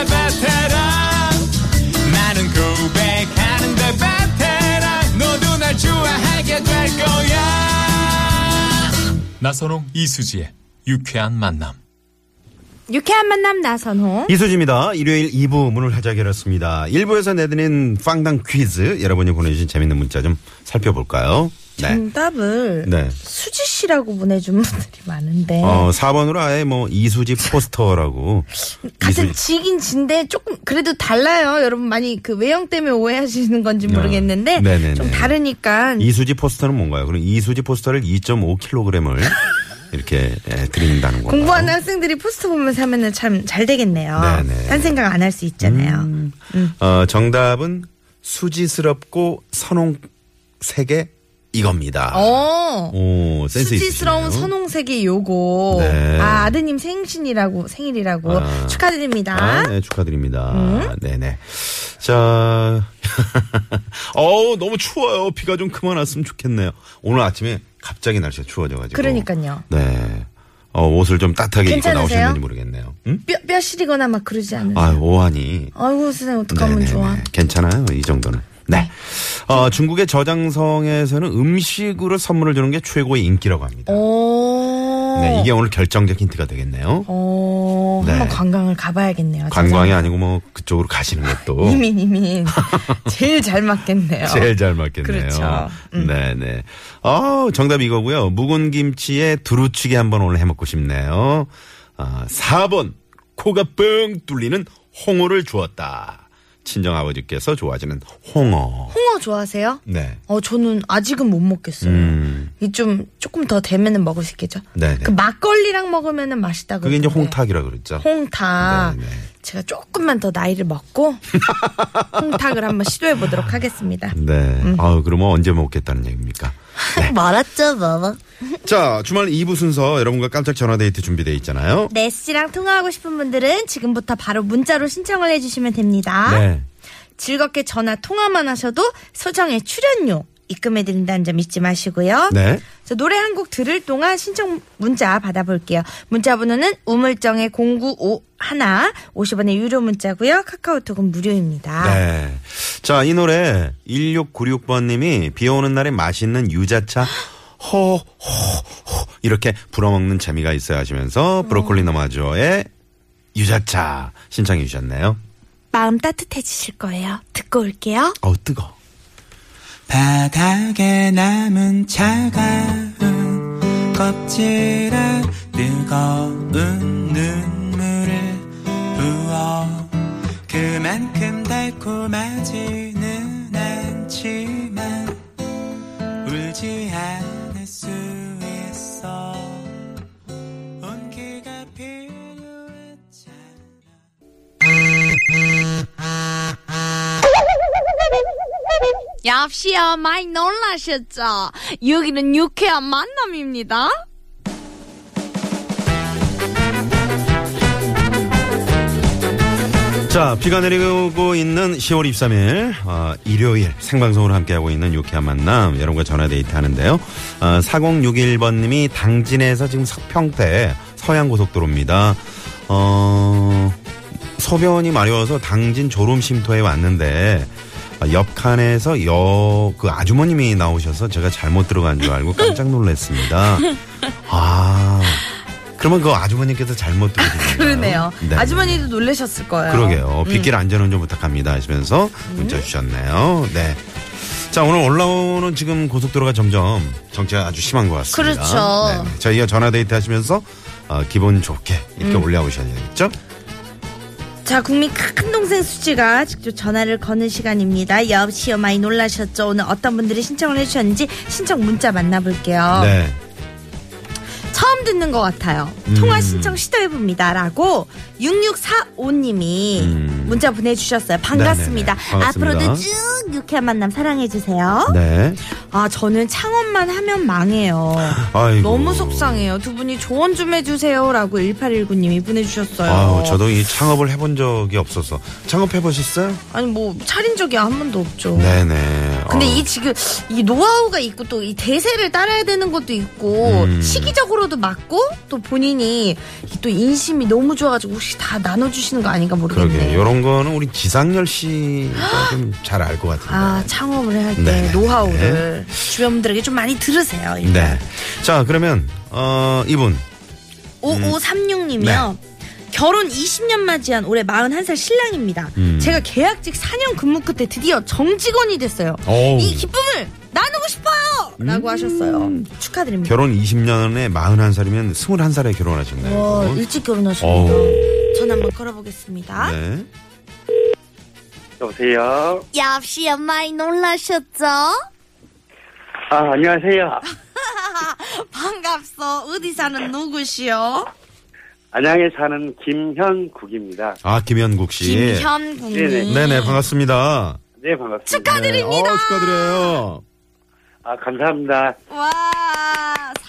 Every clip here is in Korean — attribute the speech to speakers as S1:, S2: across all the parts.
S1: 베테랑 나는 고백하는데 베테랑 너도 날 좋아하게 될 거야. 나선홍 이수지의 유쾌한 만남.
S2: 유쾌한 만남 나선홍.
S3: 이수지입니다. 일요일 2부 문을 활짝 열었습니다. 1부에서 내드린 빵당 퀴즈 여러분이 보내주신 재밌는 문자 좀 살펴볼까요?
S2: 음.
S3: 네.
S2: 정답을
S3: 네.
S2: 수지 씨라고 보내준 분들이 많은데
S3: 어, 4번으로 아예 뭐 이수지 포스터라고.
S2: 같은
S3: 이수지.
S2: 직인 진데 조금 그래도 달라요. 여러분 많이 그 외형 때문에 오해하시는 건지 모르겠는데
S3: 아, 네네네.
S2: 좀 다르니까
S3: 이수지 포스터는 뭔가요? 그럼 이수지 포스터를 2.5kg을 이렇게 예, 드린다는 건가요?
S2: 공부하는 학생들이 포스터 보면서 하면은 참 잘 되겠네요.
S3: 어. 네네.
S2: 딴 생각 안 할 수 있잖아요.
S3: 어, 정답은 수지스럽고 선홍색의 이겁니다.
S2: 어.
S3: 오, 센스
S2: 수지스러운
S3: 있으시네요.
S2: 선홍색의 요거.
S3: 네.
S2: 아, 아드님 생신이라고, 생일이라고.
S3: 아.
S2: 축하드립니다.
S3: 아, 네, 축하드립니다.
S2: 음?
S3: 네네. 자, 어우, 너무 추워요. 비가 좀 그만 왔으면 좋겠네요. 오늘 아침에 갑자기 날씨가 추워져가지고.
S2: 그러니까요.
S3: 네. 어, 옷을 좀 따뜻하게
S2: 괜찮으세요?
S3: 입고 나오셨는지 모르겠네요. 응?
S2: 뼈, 뼈 시리거나 막 그러지 않으세요?
S3: 아, 오하니.
S2: 아이고 세상에 어떡하면
S3: 네네네.
S2: 좋아.
S3: 괜찮아요. 이 정도는. 네. 어, 중국의 저장성에서는 음식으로 선물을 주는 게 최고의 인기라고 합니다.
S2: 오.
S3: 네, 이게 오늘 결정적 힌트가
S2: 어,
S3: 되겠네요.
S2: 오.
S3: 네.
S2: 한번 관광을 가봐야겠네요.
S3: 관광이 아니고 뭐 그쪽으로 가시는 것도.
S2: 이민이민 제일 잘 맞겠네요.
S3: 제일 잘 맞겠네요.
S2: 어, 그렇죠. 음.
S3: 네네. 어 정답 이거고요. 묵은 김치에 두루치기 한번 오늘 해 먹고 싶네요. 아 4번 코가 뻥 뚫리는 홍어를 주었다. 친정 아버지께서 좋아하시는 홍어.
S2: 홍어 좋아하세요?
S3: 네.
S2: 어 저는 아직은 못 먹겠어요.
S3: 음.
S2: 이 좀 조금 더 되면은 먹을 수 있겠죠.
S3: 네네.
S2: 그 막걸리랑 먹으면은 맛있다
S3: 그게
S2: 그러는데.
S3: 이제 홍탁이라 그랬죠.
S2: 홍타.
S3: 네네.
S2: 제가 조금만 더 나이를 먹고 홍탁을 한번 시도해 보도록 하겠습니다.
S3: 네.
S2: 음.
S3: 아우 그러면 언제 먹겠다는 얘기입니까? 네.
S2: 말았죠, 뭐.
S3: 자 주말 2부 순서 여러분과 깜짝 전화데이트 준비되어 있잖아요.
S2: 네 씨랑 통화하고 싶은 분들은 지금부터 바로 문자로 신청을 해주시면 됩니다.
S3: 네.
S2: 즐겁게 전화 통화만 하셔도 소정의 출연료 입금해드린다는 점 잊지 마시고요.
S3: 네.
S2: 저 노래 한 곡 들을 동안 신청 문자 받아볼게요. 문자 번호는 우물정의 0951 50원의 유료 문자고요. 카카오톡은 무료입니다.
S3: 네. 자, 이 노래 1696번님이 비 오는 날에 맛있는 유자차 허, 허, 허 이렇게 불어먹는 재미가 있어야 하시면서 브로콜리 너마저의 유자차 신청해 주셨네요.
S2: 마음 따뜻해지실 거예요. 듣고 올게요.
S3: 어우, 뜨거.
S4: 바닥에 남은 차가운 껍질에 뜨거운 눈물을 부어 그만큼 달콤하지는 않지만 울지 않을 수 있어 온기가 필요했잖아
S5: 역시요 많이 놀라셨죠? 여기는 유쾌한 만남입니다.
S3: 자, 비가 내리고 있는 10월 23일, 어, 일요일 생방송으로 함께하고 있는 유쾌한 만남, 여러분과 전화데이트 하는데요. 어, 4061번님이 당진에서 지금 서평택 서양고속도로입니다. 어, 소변이 마려워서 당진 졸음쉼터에 왔는데, 어, 옆 칸에서 여, 그 아주머님이 나오셔서 제가 잘못 들어간 줄 알고 깜짝 놀랐습니다. 아, 그러면 그 아주머님께서 잘못 들어오신 거예요?
S2: 그러네요.
S3: 네.
S2: 아주머니도 놀라셨을 거예요.
S3: 그러게요. 빗길 안전운전 부탁합니다 하시면서 문자
S2: 음.
S3: 주셨네요. 네. 자, 오늘 올라오는 지금 고속도로가 점점 정체가 아주 심한 것 같습니다.
S2: 그렇죠.
S3: 네. 저희가 전화데이트 하시면서 어, 기분 좋게 이렇게
S2: 음.
S3: 올라오셔야 되겠죠?
S2: 자, 국민 큰 동생 수지가 직접 전화를 거는 시간입니다. 여보시요 많이 놀라셨죠? 오늘 아. 어떤 분들이 신청을 해주셨는지 신청 문자 만나볼게요.
S3: 네.
S2: 처음 처음 듣는 것 같아요. 통화 신청 시도해봅니다. 라고 6645님이
S3: 음.
S2: 문자 보내주셨어요. 반갑습니다.
S3: 네네네. 반갑습니다.
S2: 앞으로도 쭉 유쾌한 만남 사랑해주세요.
S3: 네.
S2: 아, 저는 창업만 하면 망해요.
S3: 아이고.
S2: 너무 속상해요. 두 분이 조언 좀 해주세요. 라고 1819님이 보내주셨어요.
S3: 아우, 저도 이 창업을 해본 적이 없어서. 창업해보셨어요?
S2: 아니, 뭐, 차린 적이 한 번도 없죠.
S3: 네네.
S2: 근데
S3: 어.
S2: 이 지금 이 노하우가 있고 또 이 대세를 따라야 되는 것도 있고
S3: 음.
S2: 시기적으로도 맞고 또 본인이 이또 인심이 너무 좋아가지고 혹시 다 나눠주시는 거 아닌가
S3: 그러게.
S2: 모르겠네요.
S3: 요런 거는 우리 지상열 씨가 좀 잘 알 것 같은데.
S2: 아 창업을 할 때
S3: 네네.
S2: 노하우를 주변 분들에게 좀 많이 들으세요.
S3: 네. 자, 그러면, 어, 이분. 음.
S2: 5536님이요. 결혼 20년 맞이한 올해 41살 신랑입니다.
S3: 네. 음.
S2: 제가 계약직 4년 근무 끝에 드디어 정직원이 됐어요.
S3: 어우. 음.
S2: 이 기쁨을 나누고 싶어요! 라고 하셨어요. 축하드립니다.
S3: 결혼 20년에 41살이면 21살에 결혼하셨네요.
S2: 와,
S3: 이분.
S2: 어, 일찍 결혼하셨네요.
S3: 어? 어우.
S2: 전 한번 걸어보겠습니다.
S3: 네.
S6: 여보세요.
S5: 역시 많이 놀라셨죠?
S6: 아 안녕하세요.
S2: 반갑소. 어디 사는 누구시요?
S6: 안양에 사는 김현국입니다.
S3: 아, 김현국 씨.
S2: 김현국님.
S6: 네네.
S3: 네네, 반갑습니다.
S6: 네 반갑습니다.
S3: 축하드립니다. 축하드려요.
S6: 아 감사합니다.
S2: 와,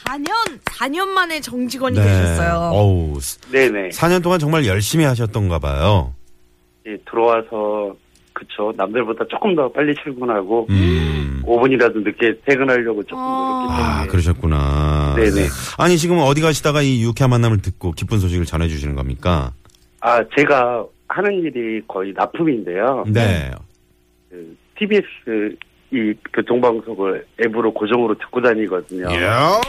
S2: 4년, 4년 만에 정직원이
S3: 네.
S2: 되셨어요.
S3: 어우,
S6: 네네.
S3: 4년 동안 정말 열심히 하셨던가 봐요.
S6: 예, 들어와서 그쵸 남들보다 조금 더 빨리 출근하고
S3: 음.
S6: 5분이라도 늦게 퇴근하려고 조금 노력했기 때문에
S3: 아, 그러셨구나.
S6: 네. 네네.
S3: 아니, 지금 어디 가시다가 이 유쾌한 만남을 듣고 기쁜 소식을 전해주시는 겁니까?
S6: 아 제가 하는 일이 거의 납품인데요.
S3: 네.
S6: 그 TBS 이 교통방송을 앱으로 고정으로 듣고 다니거든요.
S3: 이야.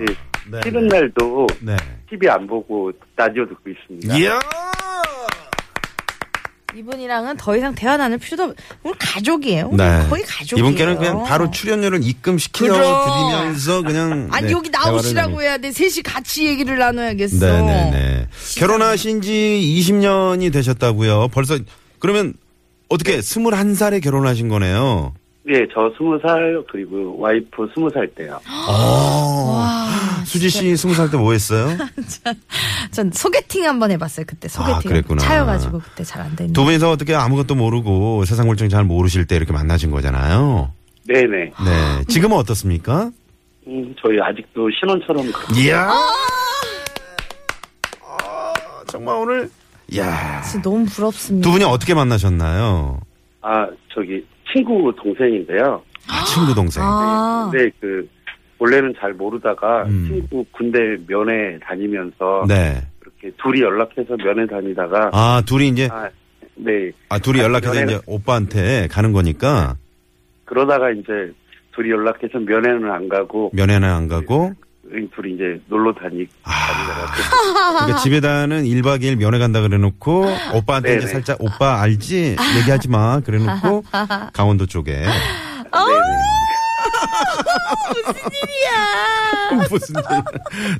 S6: 예,
S3: 네.
S6: 쉬는 날도
S3: 네.
S6: TV 안 보고 라디오 듣고 있습니다.
S3: 이야.
S2: 이분이랑은 더 이상 대화 나눌 필요도 없, 우리 가족이에요. 우리
S3: 네.
S2: 어, 거의 가족이에요.
S3: 이분께는 그냥 바로 출연료를 입금시켜
S2: 그죠.
S3: 드리면서 그냥.
S2: 아니,
S3: 네,
S2: 여기
S3: 대화를
S2: 나오시라고 해야 돼. 셋이 같이 얘기를 나눠야겠어.
S3: 네네네. 결혼하신 지 20년이 되셨다고요. 벌써 그러면 어떻게 21살에 결혼하신 거네요.
S6: 예, 저 스무 살 그리고 와이프 스무 살 때요.
S3: 아. 수지 씨 20살 때 뭐 했어요?
S2: 전 소개팅 한번 해봤어요. 그때 소개팅.
S3: 아, 그랬구나.
S2: 차여가지고 그때 잘 안 됐는데.
S3: 두 분이서 어떻게 아무것도 모르고 세상 물정 잘 모르실 때 이렇게 만나신 거잖아요.
S6: 네네.
S3: 네. 지금은 어떻습니까?
S6: 음, 저희 아직도 신혼처럼 그-
S3: 이야. 아, 정말 오늘 이야.
S2: 진짜 너무 부럽습니다.
S3: 두 분이 어떻게 만나셨나요?
S6: 아 저기 친구 동생인데요.
S3: 아, 친구 동생.
S5: 네.
S2: 아,
S6: 근데 그 원래는 잘 모르다가
S3: 음.
S6: 친구 군대 면회 다니면서
S3: 네.
S6: 이렇게 둘이 연락해서 면회 다니다가
S3: 아, 둘이 이제
S6: 아, 네
S3: 아, 둘이 연락해서
S6: 연애를-
S3: 이제 오빠한테 가는 거니까
S6: 그러다가 이제 둘이 연락해서 면회는 안 가고
S3: 면회는 안 가고
S6: 이 둘이 이제 놀러 다니
S3: 아.
S6: 다니다가
S3: 그러니까 집에다는 1박 2일 면회 간다 그래 놓고 오빠한테 이제
S6: 네네.
S3: 살짝 오빠 알지? 얘기하지 마. 그래 놓고 강원도 쪽에 어! 네, 네. 무슨 일이야.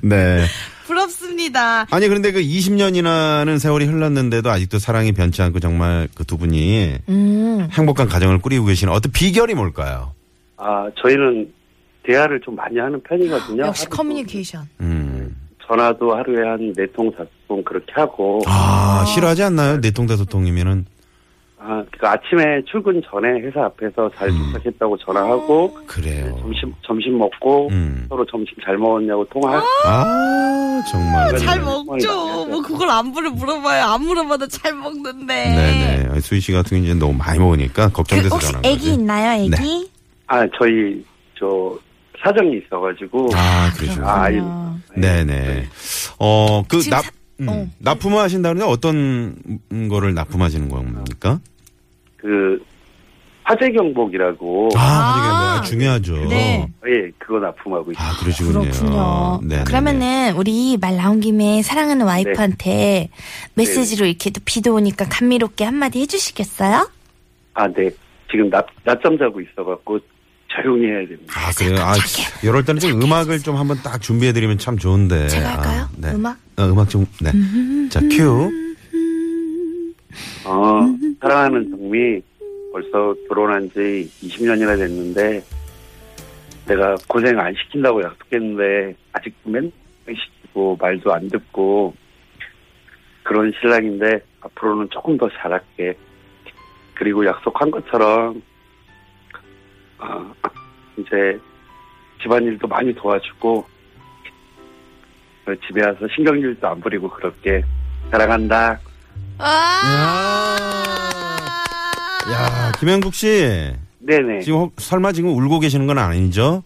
S3: 네.
S2: 부럽습니다.
S3: 아니 그런데 그 20년이라는 세월이 흘렀는데도 아직도 사랑이 변치 않고 정말 그 두 분이
S2: 음.
S3: 행복한 가정을 꾸리고 계시는 어떤 비결이 뭘까요?
S6: 아 저희는 대화를 좀 많이 하는 편이거든요.
S2: 역시
S6: 하루도
S2: 커뮤니케이션.
S3: 음.
S6: 전화도 하루에 한 네 통 다섯 통 그렇게 하고
S3: 아, 싫어하지
S2: 네.
S3: 않나요? 내통 다섯 통이면은
S6: 아, 그 아침에 출근 전에 회사 앞에서
S3: 음.
S6: 잘 도착했다고 전화하고
S3: 그래요.
S2: 네,
S6: 점심 점심 먹고
S3: 음.
S6: 서로 점심 잘 먹었냐고 통화.
S3: 아, 정말.
S2: 잘
S6: 네.
S2: 먹죠. 뭐 그걸 안부를 물어봐요. 안 물어봐도 잘 먹는데.
S3: 네네. 수희 씨 같은 경우 이제 너무 많이 먹으니까
S2: 그
S3: 걱정돼서
S2: 혹시
S3: 전화한 거지. 네.
S2: 애기 있나요, 애기?
S6: 아 저희 저 사정이 있어가지고
S3: 아, 그러죠.
S6: 아, 아이
S3: 네네. 어, 그
S2: 예. 지금
S3: 납,
S2: 사-
S3: 음,
S2: 어.
S3: 납품을 하신다는데 어떤 음, 거를 납품하시는 겁니까?
S6: 그 화재 경복이라고
S3: 아, 아 중요하죠.
S2: 네.
S6: 예 그거 납품하고 있어요.
S3: 아, 그러시군요.
S2: 그렇군요.
S3: 네네네.
S2: 그러면은 우리 말 나온 김에 사랑하는 와이프한테
S6: 네.
S2: 메시지로 이렇게 또 비도 오니까 감미롭게 한마디 해주시겠어요?
S6: 아 네. 지금 낮 낮잠 자고 있어갖고 조용히 해야 됩니다.
S3: 아, 그래요? 아, 이럴 때는 좀 음악을 좀 한번 딱 준비해드리면 참 좋은데.
S2: 제가 할까요?
S3: 아, 네.
S2: 음악?
S3: 어, 음악 좀, 네. 자, 큐.
S6: 어 사랑하는 정미 벌써 결혼한 지 20년이나 됐는데 내가 고생 안 시킨다고 약속했는데 아직 맨날 시키고 말도 안 듣고 그런 신랑인데 앞으로는 조금 더 잘할게. 그리고 약속한 것처럼 아, 이제 집안일도 많이 도와주고 어, 집에 와서 신경질도 안 부리고 그렇게 사랑한다.
S3: 야, 김영국 씨.
S6: 네네.
S3: 지금 혹- 설마 지금 울고 계시는 건 아니죠?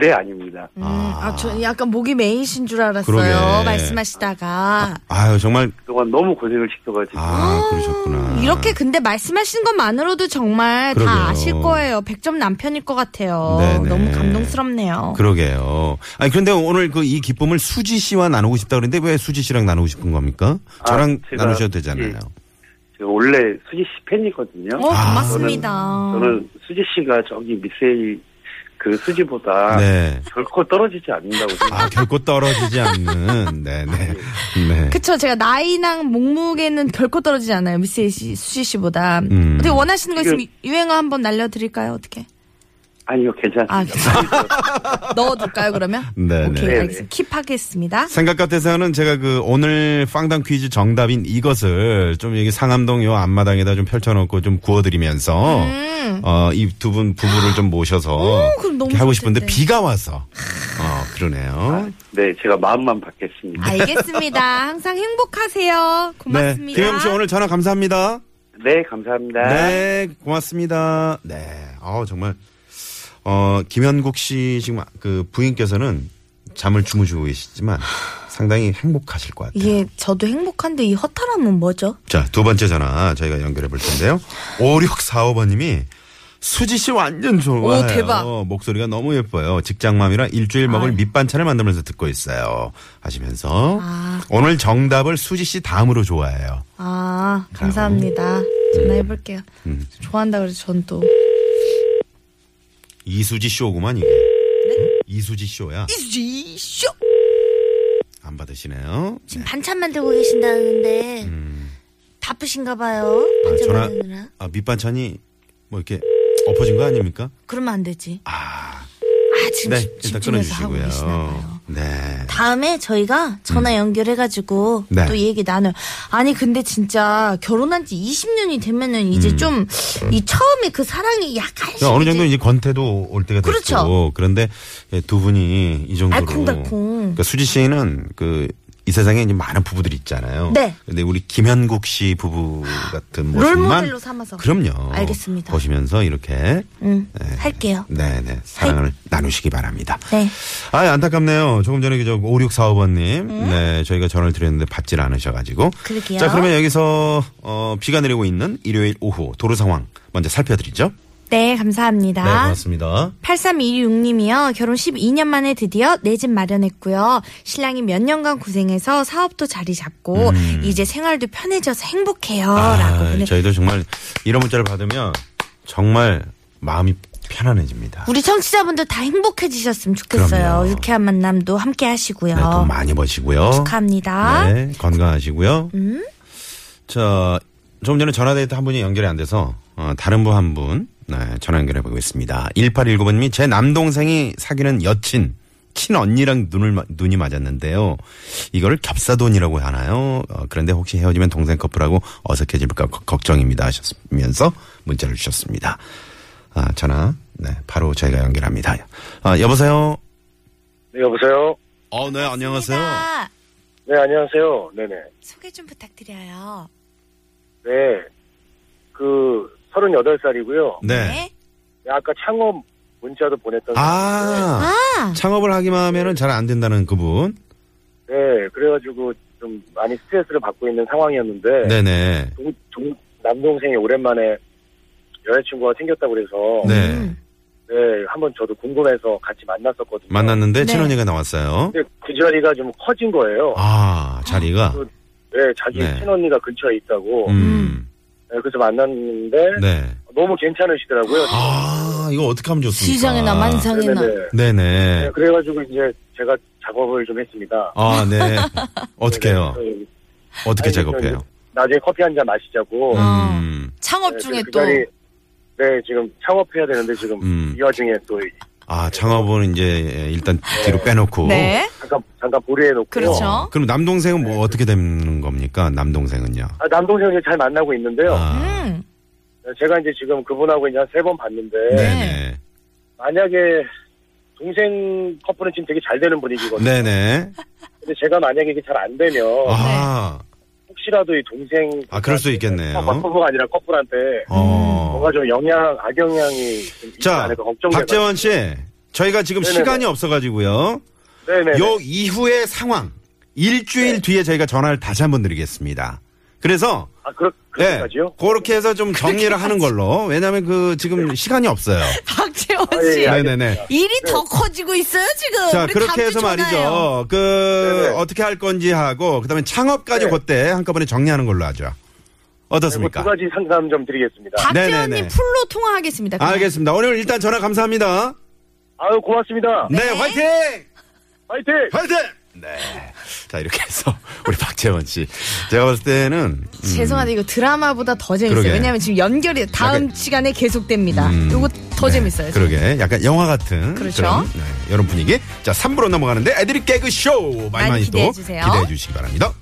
S6: 네 아닙니다.
S2: 음, 아, 저 약간 목이 메이신 줄 알았어요.
S3: 그러게.
S2: 말씀하시다가.
S3: 아유, 정말.
S6: 그동안 너무 고생을 시켜가지고
S3: 아, 그러셨구나.
S2: 음, 이렇게 근데 말씀하시는 것만으로도 정말
S3: 그러게요.
S2: 다 아실 거예요. 100점 남편일 것 같아요.
S3: 네네.
S2: 너무 감동스럽네요.
S3: 그러게요. 아니, 그런데 오늘 그 이 기쁨을 수지 씨와 나누고 싶다 그랬는데 왜 수지 씨랑 나누고 싶은 겁니까?
S6: 아,
S3: 저랑
S6: 제가-
S3: 나누셔도 되잖아요.
S6: 제가 원래 수지 씨 팬이거든요.
S2: 어,
S3: 아,
S2: 고맙습니다.
S6: 저는 수지 씨가 저기 미세이 그 수지보다
S3: 네.
S6: 결코 떨어지지 않는다고 생각.
S3: 아, 결코 떨어지지 않는. 네네.
S6: 아, 예.
S3: 네.
S2: 그쵸. 제가 나이랑 목무게는 결코 떨어지지 않아요. 미스 씨, 수지 씨보다.
S3: 음.
S2: 어떻게 원하시는 거 있으면
S6: 지금-
S2: 유행어 한번 날려드릴까요? 어떻게?
S6: 아니요 괜찮습니다.
S2: 아, 넣어둘까요, 그러면?
S3: 네네.
S2: 오케이,
S6: 네네.
S2: 알겠습니다. 킵하겠습니다.
S3: 생각 같아서는 제가 그 오늘 빵당 퀴즈 정답인 이것을 좀 여기 상암동 요 앞마당에다 좀 펼쳐놓고 좀 구워드리면서 어, 이 두 분 부부를 좀 모셔서
S2: 음. 그럼 너무
S3: 이렇게 하고
S2: 좋을
S3: 싶은데
S2: 텐데. 아,
S3: 비가 와서 어 그러네요.
S6: 네 제가 마음만 받겠습니다.
S2: 알겠습니다. 항상 행복하세요.
S3: 네,
S2: 고맙습니다.
S3: 김영 씨 오늘 전화 감사합니다.
S6: 네 감사합니다.
S3: 네, 고맙습니다. 네, 어 정말 어 김현국 씨 지금 그 부인께서는 잠을 주무시고 계시지만 상당히 행복하실 것 같아요.
S2: 이게 예, 저도 행복한데 이 허탈함은 뭐죠?
S3: 자, 두 번째 전화 저희가 연결해 볼 텐데요. 5645번님이 수지 씨 완전 좋아요.
S2: 오, 대박.
S3: 목소리가 너무 예뻐요. 직장맘이라 일주일 먹을 밑반찬을 만들면서 듣고 있어요. 하시면서 오늘 정답을 수지 씨 다음으로 좋아해요.
S2: 아, 감사합니다.
S3: 네.
S2: 전화해볼게요.
S3: 음.
S2: 좋아한다 그래서 전 또.
S3: 이수지 쇼구만 이게. 이수지 쇼야.
S2: 네? 이수지 쇼!
S3: 안 받으시네요. 아,
S7: 지금 반찬 만들고 계신다는데 바쁘신가 봐요.
S3: 음. 아,
S7: 반찬
S3: 전화
S7: 만드느라.
S3: 아, 밑반찬이 뭐 이렇게 엎어진 거 아닙니까?
S2: 그러면 안 되지. 아, 지금
S3: 네,
S2: 집-
S3: 일단
S2: 집중해서 하고
S3: 끊어주시고요.
S2: 계시나 봐요.
S3: 네.
S7: 다음에 저희가 전화 연결해가지고
S3: 네.
S7: 또
S2: 또 얘기 나눠요. 아니 근데 진짜 결혼한 지 20년이 되면은 이제 좀 이 처음에 그 사랑이 약간씩
S3: 야, 음. 그러니까 어느 정도
S2: 이제
S3: 이제 권태도 올 때가
S2: 그렇죠.
S3: 됐고 그런데 두 분이 이 정도로
S2: 알콩달콩.
S3: 그러니까 수지 씨는 그 이 세상에 이제 많은 부부들이 있잖아요.
S2: 네.
S3: 근데 우리 김현국 씨 부부 같은 모습만
S2: 롤모델로 삼아서.
S3: 그럼요.
S2: 알겠습니다.
S3: 보시면서 이렇게
S2: 음, 할게요.
S3: 네, 네. 사랑을 나누시기 바랍니다.
S2: 네.
S3: 아, 안타깝네요. 조금 전에 그 저 5645번 님. 네, 저희가 전화를 드렸는데 받질 않으셔 가지고.
S7: 그러게요.
S3: 자, 그러면 여기서 어 비가 내리고 있는 일요일 오후 도로 상황 먼저 살펴드리죠.
S2: 네,
S3: 네,
S2: 감사합니다.
S3: 고맙습니다.
S2: 8326님이요. 결혼 12년 만에 드디어 내 집 마련했고요. 신랑이 몇 년간 고생해서 사업도 자리 잡고 이제 생활도 편해져서 행복해요. 어, 라고
S3: 음. 아,
S2: 보내.
S3: 저희도 정말 이런 문자를 받으면 정말 마음이 편안해집니다.
S2: 우리 청취자분들 다 행복해지셨으면 좋겠어요.
S3: 그럼요.
S2: 유쾌한 만남도 함께 하시고요.
S3: 네, 돈 많이 버시고요.
S2: 축하합니다.
S3: 네, 건강하시고요. 자, 조금 전에 전화데이트 한 분이 연결이 안 돼서 어, 다른 분 한 분 네, 전화 연결해 보겠습니다. 1819번님이 제 남동생이 사귀는 여친 친언니랑 눈을 마- 눈이 맞았는데요. 이거를 겹사돈이라고 하나요? 어, 그런데 혹시 헤어지면 동생 커플하고 어색해질까 거- 걱정입니다 하셨으면서 문자를 주셨습니다. 아, 전화 네, 바로 저희가 연결합니다. 아, 여보세요.
S8: 네, 여보세요?
S3: 어, 네, 안녕하세요.
S8: 네, 안녕하세요. 네네.
S2: 소개 좀 부탁드려요.
S8: 네. 그, 38살이고요.
S3: 네.
S8: 아까 창업 문자도 보냈던.
S3: 아, 창업을 하기만 하면은 잘 안 된다는 그분.
S8: 네, 그래가지고 좀 많이 스트레스를 받고 있는 상황이었는데.
S3: 네, 네.
S8: 동, 동, 남동생이 오랜만에 여자친구가 생겼다고 그래서. 네.
S3: 네.
S8: 한번 저도 궁금해서 같이 만났었거든요.
S3: 만났는데 친언니가 나왔어요.
S8: 근데 그 자리가 좀 커진 거예요.
S3: 아, 자리가.
S8: 네, 자기
S3: 네.
S8: 친언니가 근처에 있다고.
S3: 음.
S8: 네, 그래서 만났는데.
S3: 네.
S8: 너무 괜찮으시더라고요.
S3: 아, 이거 어떻게 하면 좋습니까?
S7: 시장에나 만상에나
S8: 네네네.
S3: 네, 네.
S8: 네, 그래가지고 이제 제가 작업을 좀 했습니다.
S3: 아, 네. 어떻게 해요?
S8: 네,
S3: 어떻게
S8: 아니,
S3: 작업해요?
S8: 나중에 커피 한 잔 마시자고.
S3: 음.
S8: 네,
S7: 창업
S8: 그래서
S7: 중에
S8: 그
S7: 또
S8: 자리- 네, 지금 창업해야 되는데 지금
S3: 음.
S8: 이 와중에 또
S3: 아, 창업은 이제 일단 뒤로 빼놓고. 어.
S2: 네.
S6: 잠깐 잠깐 보류해놓고
S2: 그렇죠.
S3: 그럼 남동생은 뭐 어떻게 되는 겁니까? 남동생은요?
S6: 아, 남동생이 잘 만나고 있는데요.
S3: 아,
S2: 음.
S6: 제가 이제 지금 그분하고 이제 한 세 번 봤는데
S3: 네네.
S6: 만약에 동생 커플은 지금 되게 잘 되는 분위기거든요.
S3: 네네.
S6: 근데 제가 만약에 이게 잘 안 되면
S7: 네.
S3: 아,
S6: 혹시라도 이 동생
S3: 아, 그럴 수 있겠네요.
S6: 커플가 아니라 커플한테
S3: 어.
S6: 뭔가 좀 영향 악영향이 좀 있지
S3: 자,
S6: 않을까 걱정돼요.
S3: 박재원 씨, 저희가 지금
S6: 네네네.
S3: 시간이 없어가지고요.
S6: 네네.
S3: 요 이후의 상황 일주일 뒤에 저희가 전화를 다시 한번 드리겠습니다. 그래서
S6: 아 그렇 그렇게까지요?
S3: 네, 그렇게 해서 좀 정리를 하는 걸로. 왜냐하면 그
S6: 네.
S3: 지금 시간이 없어요.
S2: 박재원
S6: 아,
S2: 씨.
S6: 예, 예.
S3: 네네네.
S2: 일이 더 커지고 있어요, 지금.
S3: 자
S2: 우리
S3: 그렇게
S2: 다음
S3: 해서
S2: 주 전화예요.
S3: 말이죠. 그
S6: 네네.
S3: 어떻게 할 건지 하고 그다음에 창업까지
S6: 네.
S3: 그때 한꺼번에 정리하는 걸로 하죠. 어떻습니까?
S6: 두 가지 상담 좀 드리겠습니다.
S2: 박재원님
S3: 네네네. 아,
S2: 풀로 통화하겠습니다. 그럼.
S3: 알겠습니다. 오늘 일단 전화 감사합니다.
S6: 아유 고맙습니다.
S3: 네, 화이팅!
S6: 화이팅!
S3: 화이팅! 네. 자 이렇게 해서 우리 박재원 씨 제가 봤을 때는
S2: 죄송한데 이거 드라마보다 더 재밌어요.
S3: 그러게.
S2: 왜냐면 지금 연결이 다음 시간에 계속됩니다. 이거 더
S3: 네,
S2: 재밌어요.
S3: 그러게. 약간 영화 같은
S2: 그렇죠.
S3: 런 네, 이런 분위기. 자, 3부로 넘어가는데 애들이 개그 쇼
S2: 많이
S3: 많이 많이 또
S2: 기대해 주세요.
S3: 기대해 주시기 바랍니다.